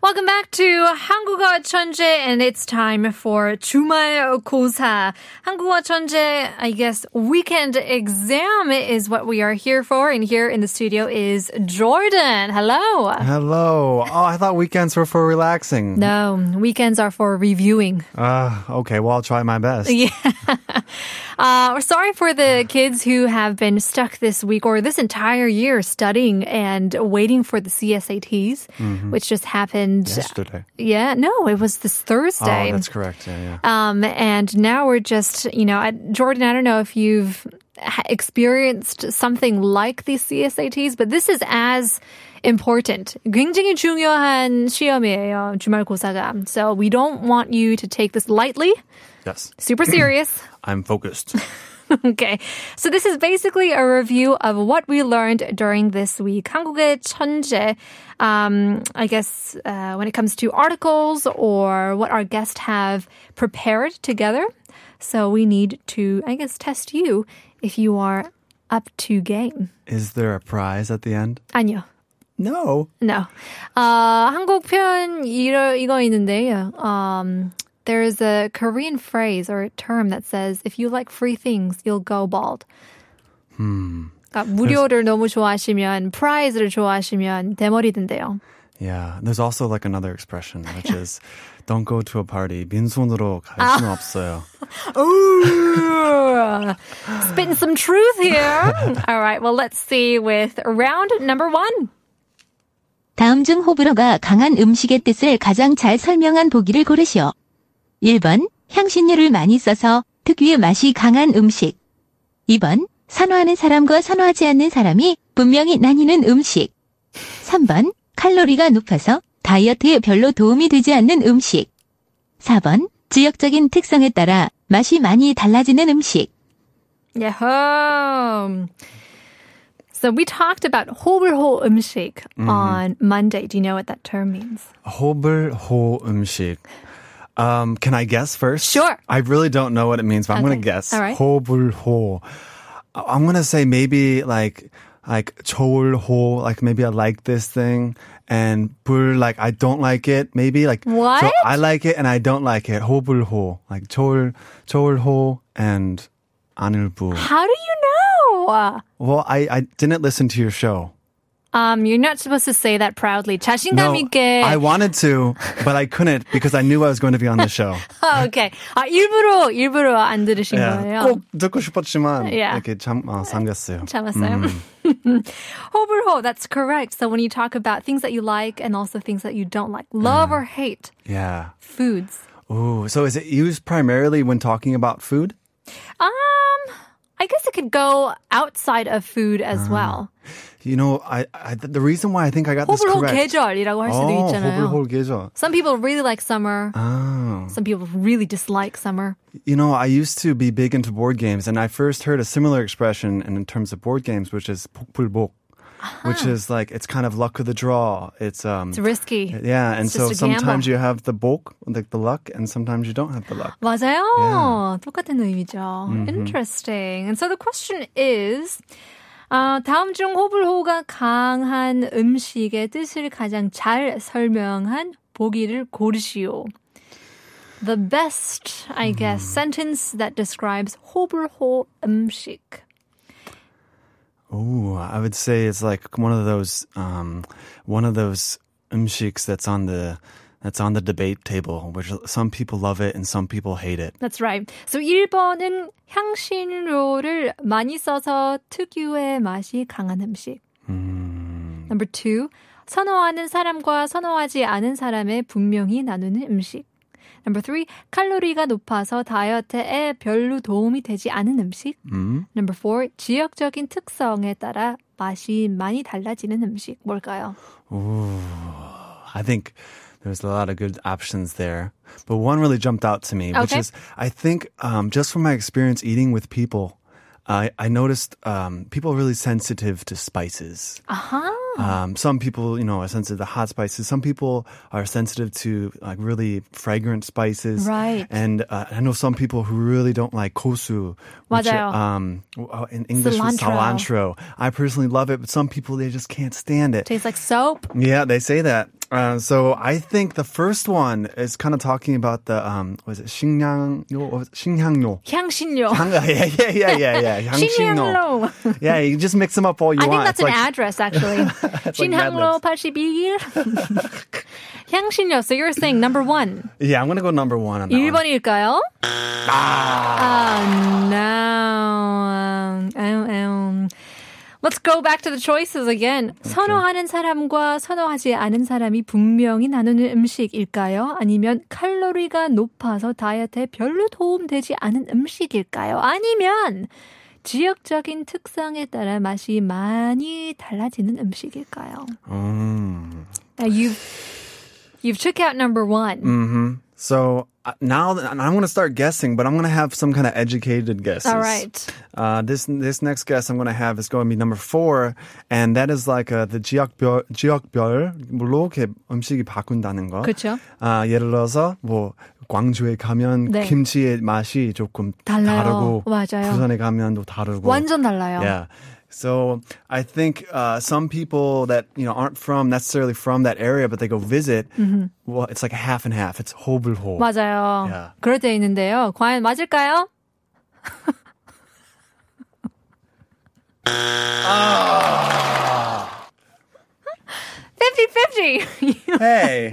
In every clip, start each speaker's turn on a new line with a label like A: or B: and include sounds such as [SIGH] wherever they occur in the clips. A: Welcome back to 한국어 천재, and it's time for 주말 고사. 한국어 천재, I guess, weekend exam is what we are here for, and here in the studio is Jordan. Hello.
B: Hello. Oh, I thought weekends were for relaxing.
A: No, weekends are for reviewing.
B: Uh, okay, well, I'll try my best.
A: Yeah. uh, we're sorry for the kids who have been stuck this week or this entire year studying and waiting for the CSATs,
B: Mm-hmm.
A: which just happened.
B: Yesterday.
A: Yeah, no, it was this Thursday.
B: Oh, that's correct. Yeah, yeah.
A: Um, and now we're just, you know, I, Jordan, I don't know if you've ha- experienced something like these CSATs, but this is as important. 굉장히 중요한 시험이에요, 주말고사가. So we don't want you to take this lightly,
B: Yes.
A: super serious.
B: I'm focused.
A: [LAUGHS] okay. So this is basically a review of what we learned during this week. 한국의 천재. Um, I guess uh, when it comes to articles or what our guests have prepared together. So we need to, I guess, test you if you are up to game.
B: Is there a prize at the end?
A: 아니요.
B: No.
A: No. Uh, 한국 표현 이러, 이거 있는데요. Um, there is a Korean phrase or term that says, if you like free things, you'll go bald. 그러니까 무료를 너무 좋아하시면, prize를 좋아하시면 대머리 된대요.
B: Yeah. There's also like another expression,
A: [LAUGHS]
B: which is don't go to a party. 빈손으로 갈 수는 없어요.
A: Ooh, spitting some truth here. All right, well, let's see with round number one.
C: 다음 중 호불호가 강한 음식의 뜻을 가장 잘 설명한 보기를 고르시오. 1번, 향신료를 많이 써서 특유의 맛이 강한 음식. 2번, 선호하는 사람과 선호하지 않는 사람이 분명히 나뉘는 음식. 3번, 칼로리가 높아서 다이어트에 별로 도움이 되지 않는 음식. 4번, 지역적인 특성에 따라 맛이 많이 달라지는 음식.
A: Yeah. So we talked about 호불호 음식 on Monday. Do you know what that term means?
B: 호불호 음식. Um, can I guess first?
A: Sure.
B: I really don't know what it means, but I'm going
A: Okay.
B: to guess.
A: All right.
B: 호불호. I- I'm going to say maybe like like 좋을호, like maybe I like this thing, and 불 like I don't like it. Maybe like so
A: What?
B: I like it and I don't like it. 호불호, like 좋을 좋을호 and 안을부.
A: How do you know?
B: Well, I I didn't listen to your show.
A: Um, you're not supposed to say that proudly. 자신감 있게. [LAUGHS]
B: I wanted to, but I couldn't because I knew I was going to be on
A: [LAUGHS]
B: the show.
A: Oh, okay. 아, 일부러 일부러 안 들으신
B: 예,
A: 거예요.
B: 꼭 듣고 싶었지만
A: Yeah.
B: 이렇게 참 어, 삼겼어요.
A: 참았어요. [LAUGHS] 호불호. That's correct. So when you talk about things that you like and also things that you don't like, love or hate
B: Yeah.
A: foods.
B: Ooh. So is it used primarily when talking about food?
A: Um, I guess it could go outside of food as well.
B: You know, I, I the reason why I think I got this
A: 호불호
B: correct.
A: 계절이라고 할 수도
B: Oh,
A: 있잖아요.
B: 호불호 계절.
A: Some people really like summer.
B: Oh.
A: Some people really dislike summer.
B: You know, I used to be big into board games, and I first heard a similar expression in terms of board games, which is 복불복, which is like it's kind of luck of the draw. It's um.
A: It's risky.
B: yeah, and
A: it's
B: so
A: just a gamble.
B: sometimes you have the bulk, like the luck, and sometimes you don't have the luck.
A: 맞아요. 똑같은 의미죠.
B: Mm-hmm.
A: Interesting. And so the question is, 아, 다음 중 호불호가 강한 음식의 뜻을 가장 잘 설명한 보기를 고르시오. The best, I guess,
B: Mm-hmm.
A: sentence that describes 호불호 음식.
B: Ooh, I would say it's like one of those um, one of those umshiks that's on the that's on the debate table, which some people love it and some people hate it.
A: That's right. So 1번은 향신료를 많이 써서 특유의 맛이 강한 음식. Number two, 선호하는 사람과 선호하지 않은 사람의 분명히 나누는 음식. Number three, 칼로리가 높아서 다이어트에 별로 도움이 되지 않은 음식. Number four, 지역적인 특성에 따라 맛이 많이 달라지는 음식. 뭘까요?
B: I think there's a lot of good options there, but one really jumped out to me, which
A: Okay.
B: is I think um, just from my experience eating with people, I I noticed um, people are really sensitive to spices.
A: 아하.
B: Um, some people, you know, are sensitive to hot spices. Some people are sensitive to like really fragrant spices.
A: Right.
B: And uh, I know some people who really don't like kosu, which
A: 맞아요.
B: um uh, in English is
A: Cilantro.
B: cilantro. I personally love it, but some people they just can't stand it.
A: Tastes like soap.
B: Yeah, they say that. Uh, so I think the first one is kind of talking about the um was it Xingyangyo or was it Xingyangyo?
A: 향신료.
B: Hang- [LAUGHS] yeah, yeah, yeah, yeah, yeah.
A: Xingyanglo.
B: Xingyanglo. Yeah, you just mix them up all you
A: I think
B: want.
A: that's
B: It's
A: an
B: like- [LAUGHS]
A: address actually.
B: like Mad
A: 신항로 81일. [LAUGHS] 향신료. So you're saying number one.
B: Yeah, I'm gonna go number one on that. one.
A: 1번일까요? Oh, no. Um, um. Let's go back to the choices again. 선호하는 사람과 선호하지 않은 사람이 분명히 나누는 음식일까요? 아니면 칼로리가 높아서 다이어트에 별로 도움되지 않은 음식일까요? 아니면 지역적인 특성에 따라 맛이 많이 달라지는 음식일까요? Now you've, you've took out number one.
B: So uh, now that- and I'm gonna start guessing, but I'm gonna have some kind of educated guesses.
A: All right.
B: Uh, this this next guess I'm gonna have is going to be number four, and that is like uh, the 지역별 지역별로 이렇게 음식이 바꾼다는 거.
A: 그쵸.
B: 아, 예를 들어서 뭐 광주에 가면
A: 네.
B: 김치의 맛이 조금
A: 달라요.
B: 다르고
A: 맞아요.
B: 부산에 가면 또 다르고
A: 완전 달라요.
B: Yeah. So I think uh, some people that you know aren't from necessarily from that area, but they go visit.
A: Mm-hmm.
B: Well, it's like a half and half. It's 호불호.
A: 맞아요.
B: Yeah.
A: 그럴 때 있는데요. 과연 맞을까요? Fifty fifty. [LAUGHS]
B: Hey,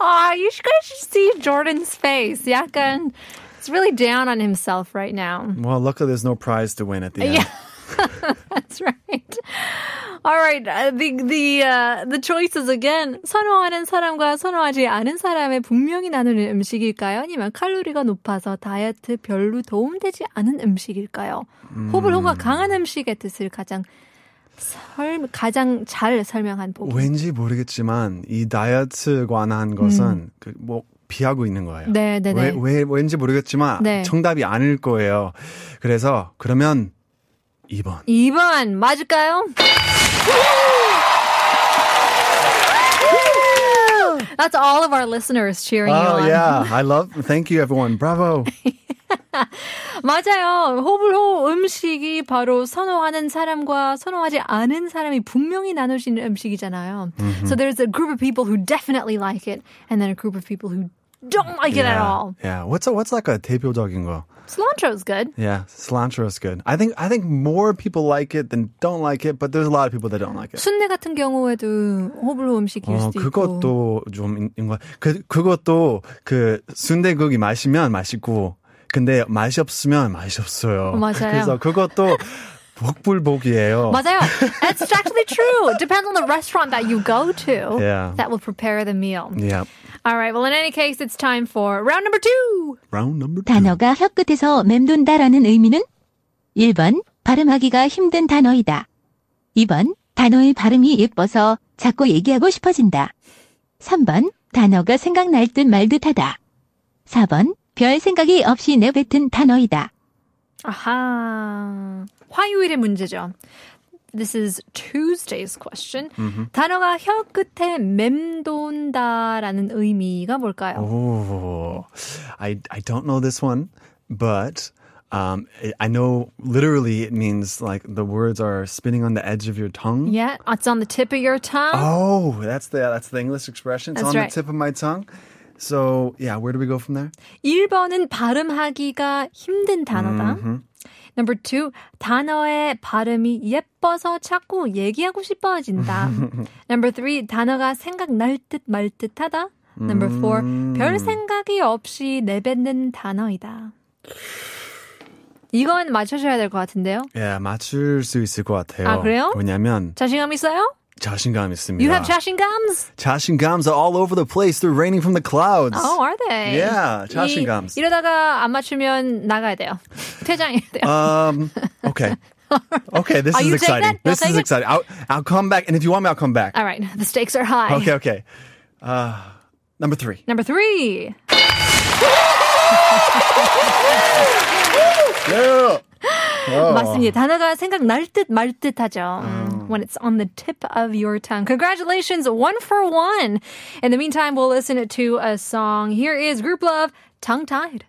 A: Ah, you guys should see Jordan's face. 약간, he's really down on himself right now.
B: [LAUGHS] well, luckily there's no prize to win at the end.
A: Yeah. That's right. All right. uh, The the uh, the choices again. 선호하는 사람과 선호하지 않은 사람의 분명히 나누는 음식일까요? 아니면 칼로리가 높아서 다이어트 별로 도움되지 않은 음식일까요? 호불호가 강한 음식의 뜻을 가장 설 가장 잘 설명한 부분.
B: 왠지 모르겠지만 이 다이어트 관한 것은 그 뭐 비하고 있는 거예요.
A: 네, 네, 네.
B: 왜, 왜 왠지 모르겠지만
A: 네.
B: 정답이 아닐 거예요. 그래서 그러면 2번.
A: 2번 맞을까요? That's all of our listeners cheering you
B: Oh
A: on.
B: yeah, [LAUGHS] I love. Thank you everyone.
A: [LAUGHS]
B: Bravo.
A: 맞아요. 호불호 음식이 바로 선호하는 사람과 선호하지 않은 사람이 분명히 나눌 수 있는 음식이잖아요. So there's a group of people who definitely like it, and then a group of people who don't like it at all.
B: yeah. What's a, what's like a 대표적인 거?
A: Cilantro is good.
B: Yeah, cilantro is good. I think I think more people like it than don't like it, but there's a lot of people that don't like it.
A: 순대 같은 경우에도 호불호 음식일
B: 어,
A: 수도 있고.
B: 그것도 좀 인- 인거 그 그것도 그 순대국이 맛이면 맛있고 근데 맛이 없으면 맛이 없어요.
A: 맞아요.
B: 그래서
A: [LAUGHS]
B: 그것도 복불복이에요.
A: 맞아요. That's actually true. Depends on the restaurant that you go to.
B: Yeah.
A: That will prepare the meal.
B: Yeah.
A: All right. Well, in any case, it's time for round number two.
B: Round number two.
C: 단어가 혀끝에서 맴돈다라는 의미는 1번 발음하기가 힘든 단어이다. 2번 단어의 발음이 예뻐서 자꾸 얘기하고 싶어진다. 3번 단어가 생각날 듯 말 듯하다. 4번 별 생각이 없이 내뱉은 단어이다.
A: 아하. 화요일의 문제죠. This is Tuesday's question. 단어가 혀 끝에 맴돈다라는 의미가 뭘까요?
B: Oh, I I don't know this one, but um, I- I know literally it means like the words are spinning on the edge of your tongue.
A: Yeah, it's on the tip of your tongue.
B: Oh, that's the that's the English expression. It's
A: That's
B: on
A: right.
B: the tip of my tongue. So yeah, where do we go from there?
A: 1번은 발음하기가 힘든 단어다. Number two, 단어의 발음이 예뻐서 자꾸 얘기하고
B: [LAUGHS]
A: 싶어진다. Number three, 단어가 생각날 듯 말 듯하다. Number four,
B: 음.
A: 별 생각이 없이 내뱉는 단어이다. 이건 맞춰줘야 될 것 같은데요.
B: 예, 맞출 수 있을 것 같아요.
A: 아, 그래요?
B: 왜냐면
A: 자신감 있어요?
B: 자신감 있습니다.
A: You have 자신감's?
B: 자신감's are all over the place. They're raining from the clouds.
A: Oh, are they?
B: Yeah,
A: 이-
B: 자신감's.
A: 이러다가 안 맞추면 나가야 돼요. 퇴장해야 돼요.
B: Um.
A: [LAUGHS]
B: Okay. Okay. This
A: Are
B: is
A: you taking
B: exciting.
A: it? You'll
B: This is
A: take it?
B: exciting. I'll, I'll come back, and if you want me, I'll come back.
A: All right, the stakes are high.
B: Okay. Okay. Uh, number three.
A: Number three.
B: Yeah.
A: 맞습니다. 단어가 생각날 듯 말 듯하죠. 음, When it's on the tip of your tongue. Congratulations, one for one. In the meantime, we'll listen to a song. Here is Group Love, Tongue Tied.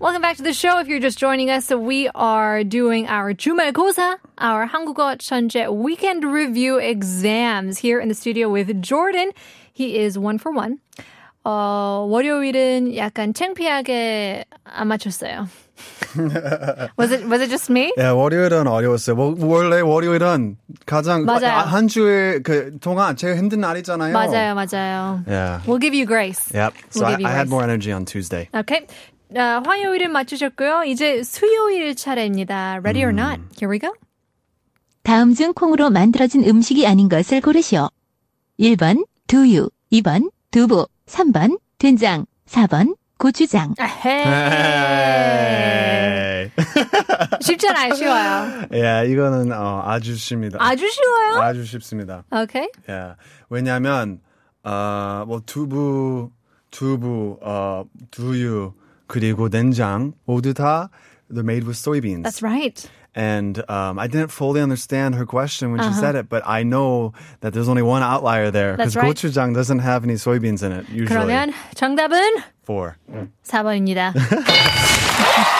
A: Welcome back to the show. If you're just joining us, we are doing our 주말고사, our 한국어 천재 weekend review exams here in the studio with Jordan. He is one for one. 어, 월요일은 약간 창피하게 안 맞췄어요. was it was it just me?
B: 예, 월요일은 어려웠어요. 뭐, 원래 월요일은 가장
A: 맞아요.
B: 아, 한 주에 그 동안 제일 힘든 날이잖아요.
A: 맞아요, 맞아요.
B: Yeah.
A: We'll give you grace.
B: Yep. So
A: We'll
B: I,
A: give you
B: I had
A: grace.
B: more energy on Tuesday.
A: Okay. 아, 화요일은 맞추셨고요. 이제 수요일 차례입니다. Ready or not? Here we go.
C: 다음 중 콩으로 만들어진 음식이 아닌 것을 고르시오. 1번 두유, 2번 두부, 3번 된장, 4번 고추장.
A: 에헤이. 쉽잖아요. 쉬워요.
B: 예, 이거는 어, 아주 쉽니다.
A: 아주 쉬워요.
B: 아주 쉽습니다.
A: Okay.
B: 예. 왜냐면 어, 뭐 두부, 두부, 어, 두유 그리고 냉장 모두 다 they're made with soybeans.
A: That's right.
B: And um, I didn't fully understand her question when she said it, but I know that there's only one outlier there
A: Uh-huh. That's
B: because
A: right.
B: gochujang doesn't have any soybeans in it usually.
A: 그러면 정답은
B: four.
A: 4번입니다.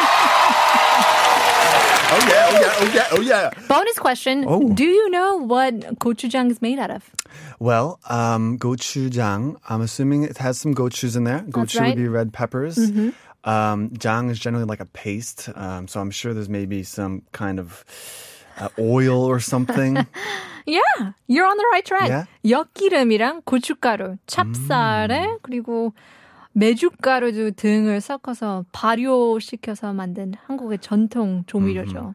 B: [LAUGHS] Oh yeah! Oh yeah! Oh yeah! Oh yeah!
A: Bonus question.
B: Oh.
A: Do you know what gochujang is made out of?
B: Well, um, gochujang. I'm assuming it has some gochus in there. Gochu
A: right. Mm-hmm.
B: would be red peppers. Um, jang is generally like a paste, um, so I'm sure there's maybe some kind of uh, oil
A: [LAUGHS]
B: or something.
A: Yeah, you're on the right track.
B: Yeah?
A: 엿기름이랑 고춧가루, 찹쌀에
B: 음.
A: 그리고 메주가루 등을 섞어서 발효시켜서 만든 한국의 전통 조미료죠.
B: 음.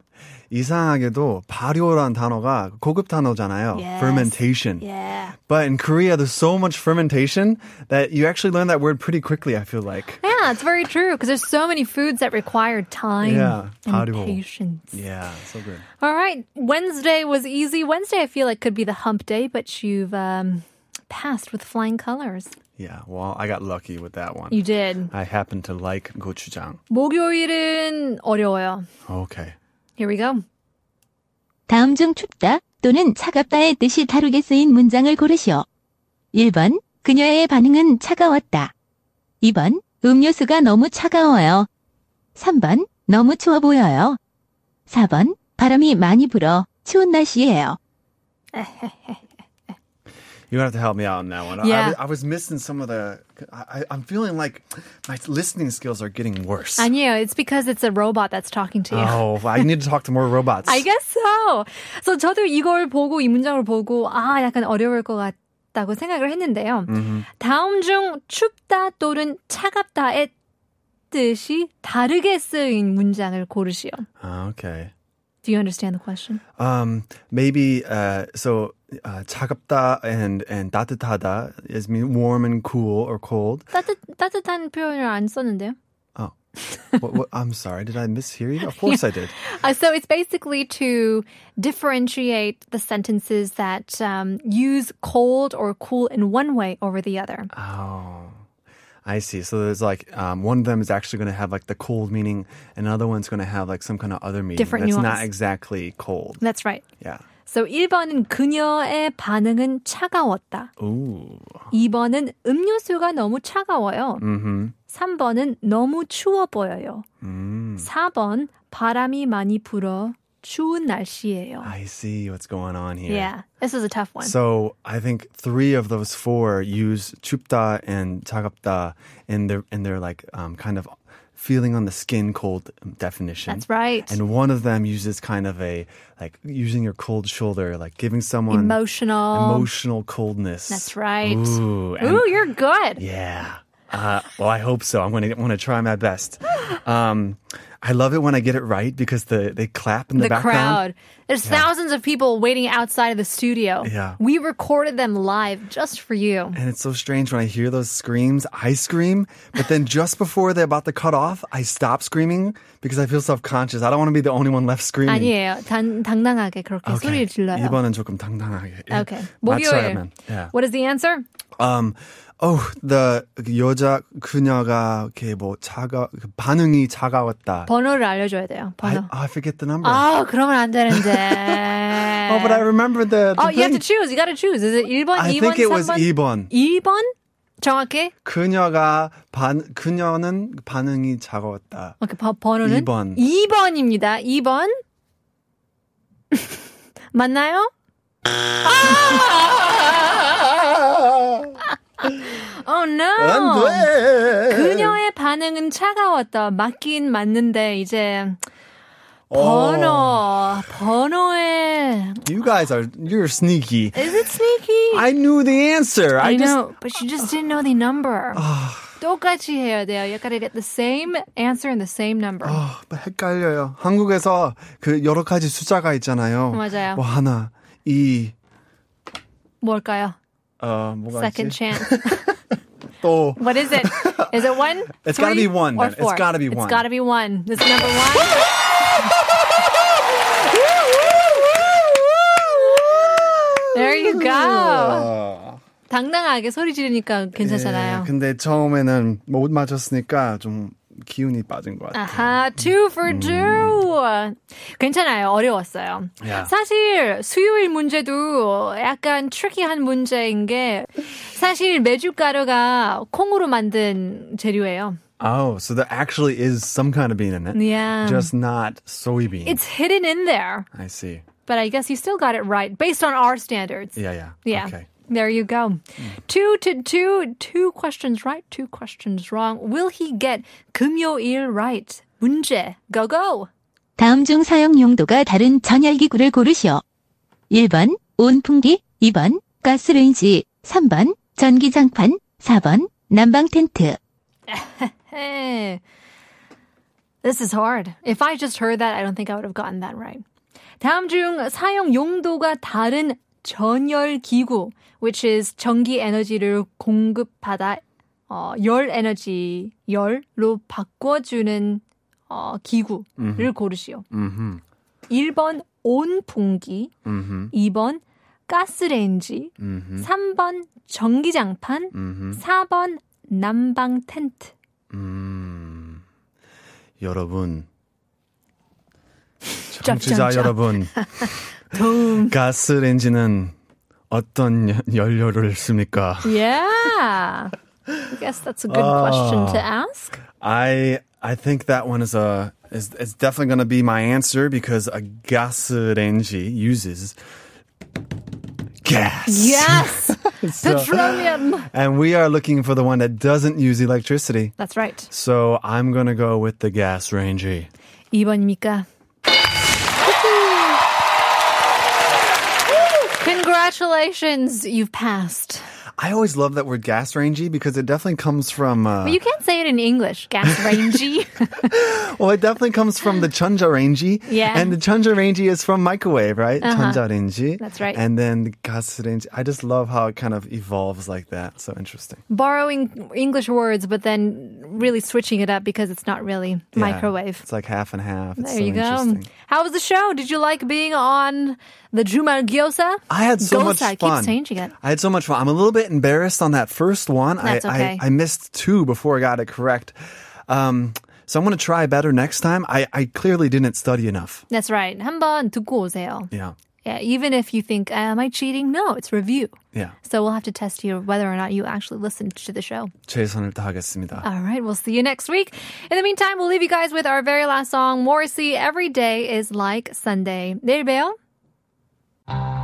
B: 이상하게도 발효란 단어가 고급 단어잖아요.
A: Yes.
B: Fermentation.
A: Yeah.
B: But in Korea, there's so much fermentation that you actually learn that word pretty quickly. I feel like.
A: Yeah, it's very true because there's so many foods that require time
B: Yeah,
A: and
B: 발효.
A: patience.
B: Yeah, so good.
A: All right, Wednesday was easy. Wednesday, I feel like could be the hump day, but you've um, passed with flying colors.
B: Yeah, well, I got lucky with that one.
A: You did.
B: I happen to like gochujang.
A: 목요일은 어려워요.
B: Okay.
A: Here we go.
C: 다음 중 춥다 또는 차갑다의 뜻이 다르게 쓰인 문장을 고르시오. 1번 그녀의 반응은 차가웠다. 2번 음료수가 너무 차가워요. 3번 너무 추워 보여요. 4번 바람이 많이 불어 추운 날씨예요.
B: You have to help me out on that one. I-
A: Yeah.
B: I, was- I was missing some of the. I, I- I'm feeling like my listening skills are getting worse.
A: 아니에요. It's because it's a robot that's talking to you.
B: Oh, I need to talk to more robots.
A: [LAUGHS] I guess so. 그래서 저도 이걸 보고 이 문장을 보고 아 약간 어려울 것 같다고 생각을 했는데요. 다음 중 춥다 또는 차갑다의 뜻이 다르게 쓰인 문장을 고르시오.
B: Okay.
A: Do you understand the question?
B: Um, maybe uh, so. Uh, 차갑다 and and 따뜻하다 is mean warm and cool or cold.
A: 따뜻 따뜻한 표현을 안 썼는데요. [LAUGHS]
B: Oh, what, what, I'm sorry. Did I mishear you? Of course I did.
A: Uh, so it's basically to differentiate the sentences that um, use cold or cool in one way over the other.
B: Oh, I see. So there's like um, one of them is actually going to have like the cold meaning, and another one's going to have like some kind of other meaning.
A: Different
B: That's
A: nuance.
B: not exactly cold.
A: That's right.
B: Yeah.
A: So 1번은 그녀의 반응은 차가웠다.
B: Ooh.
A: 2번은 음료수가 너무 차가워요.
B: Mm-hmm.
A: 3번은 너무 추워 보여요.
B: Mm.
A: 4번 바람이 많이 불어 추운 날씨예요.
B: I see what's going on here.
A: Yeah, this is a tough one.
B: So I think three of those four use 춥다 and 차갑다 in their in their like um, kind of feeling on the skin cold definition.
A: That's right.
B: And one of them uses kind of a like using your cold shoulder, like giving someone
A: Emotional.
B: emotional coldness.
A: That's right.
B: Ooh, and-
A: Ooh, you're good.
B: yeah. Uh, well, I hope so. I'm gonna want to try my best. Um, I love it when I get it right because the they clap in
A: the
B: the,
A: crowd.
B: background.
A: There's thousands of people waiting outside of the studio.
B: Yeah.
A: We recorded them live just for you.
B: And it's so strange when I hear those screams, I scream, but then just before they're about to cut off, I stop screaming because I feel self-conscious. I don't want to be the only one left screaming.
A: 아니에요. 단, 당당하게 그렇게 소리를 질러요.
B: Mm. 이번엔 조금 당당하게. 예,
A: Okay.
B: 맞춰야만.
A: 목요일.
B: Yeah.
A: What is the answer?
B: Um, oh, the 여자 그녀가 이렇게 뭐 차가 반응이 차가웠다.
A: 번호를 알려줘야 돼요.
B: I, oh,
A: 번호.
B: I forget the number.
A: 아, 그러면 안
B: [LAUGHS]
A: 되는데.
B: oh, but I remember the. the
A: Oh, you have to
B: thing.
A: choose. You gotta choose. Is it 1번,
B: I
A: 2번,
B: think it was
A: 3번?
B: 2번.
A: 2번? 정확히?
B: 그녀가 반 그녀는 반응이 차가웠다.
A: 오케이, 번- 번호는?
B: 2번.
A: 2번입니다. 2번. [LAUGHS] 맞나요? 아! oh no.
B: 안 돼.
A: 그녀의 반응은 차가웠다. 맞긴 맞는데 이제
B: 어.
A: 번호 번호에
B: You guys are you're sneaky.
A: Is it sneaky?
B: I knew the answer. I,
A: I
B: just Ah.
A: know, but you just didn't know the number. 똑같이 해야 돼요. You gotta get the same answer and the same number.
B: 아, 헷갈려요. 한국에서 그 여러 가지 숫자가 있잖아요.
A: 맞아요.
B: 뭐 하나, 이,
A: 뭘까요?
B: 어, 뭐가
A: Second
B: 있지?
A: chance.
B: 또
A: What is it? Is it one?
B: [LAUGHS] It's gotta
A: three,
B: be one,
A: Or
B: then. It's
A: 4
B: gotta be one.
A: It's gotta be one. It's number one. There you go.
B: 아,
A: 당당하게 소리 지르니까 괜찮잖아요.
B: 예, 근데 처음에는 못 맞췄으니까 좀 기운이 빠진 것 같아요.
A: 아하, two for two. 괜찮아요. 어려웠어요.
B: 야.
A: 사실 수요일 문제도 약간 트리키한 문제인 게 사실 메주가루가 콩으로 만든 재료예요.
B: Oh, so there actually is some kind of bean in it.
A: Yeah.
B: Just not soybean.
A: 음. It's hidden in there,
B: I see.
A: but I guess you still got it right based on our standards.
B: Yeah, yeah.
A: Yeah.
B: Okay. Mm.
A: There you go. Two to two, two questions right, two questions wrong. Will he get 금요일 right? 문제, go go.
C: 다음 중 사용 용도가 다른 전열기구를 고르시오. 1번 온풍기, 2번 가스레인지, 3번 전기장판, 4번 난방 텐트.
A: Hey, this is hard. If I just heard that, I don't think I would have gotten that right. 다음 중 사용 용도가 다른 전열 기구, which is 전기 에너지를 공급하다 어, 열 에너지 열로 바꿔주는 어, 기구를 고르시오.
B: Mm-hmm.
A: 1번 온풍기,
B: Mm-hmm.
A: 2번 가스레인지,
B: Mm-hmm.
A: 3번 전기장판,
B: Mm-hmm.
A: 4번 난방 텐트.
B: 음, 여러분.
A: 짭짭짭.
B: 청취자 여러분,
A: 동.
B: 가스렌지는 어떤 연- 연료를 씁니까?
A: Yeah. I guess that's a good question to ask.
B: I I think that one is a is is definitely going to be my answer because a gasarenji uses gas.
A: Yes. Petroleum.
B: And we are looking for the one that doesn't use electricity.
A: That's right.
B: So I'm going to go with the gas rangy.
A: 2번입니까? Congratulations, you've passed.
B: I always love that word gas rangy because it definitely comes from uh,
A: But you can't say it in English. Gas rangy.
B: Well, it definitely comes from the chunjarenji.
A: Yeah. Uh-huh.
B: And the chunjarenji is from microwave, right? uh
A: That's right.
B: And then the gasurenji. I just love how it kind of evolves like that. So interesting.
A: Borrowing English words, but then really switching it up because it's not really
B: Yeah.
A: microwave.
B: It's like half and half. It's
A: There
B: so
A: you go.
B: interesting.
A: How was the show? Did you like being on the Jumal Gyosa?
B: I had so much
A: Gyoza. I
B: fun.
A: keep changing it.
B: I had so much fun. I'm a little bit embarrassed on that first one.
A: That's
B: I,
A: okay.
B: I, I missed two before I got it correct. Um, so I'm going to try better next time. I, I clearly didn't study enough.
A: That's right. 한번 듣고 오세요.
B: Yeah.
A: Yeah, even if you think, am I cheating? No, it's review.
B: Yeah.
A: So we'll have to test you whether or not you actually listened to the show.
B: 최선을 다하겠습니다.
A: All right, we'll see you next week. In the meantime, we'll leave you guys with our very last song, Morrissey. Every day is like Sunday. 내일 봬요.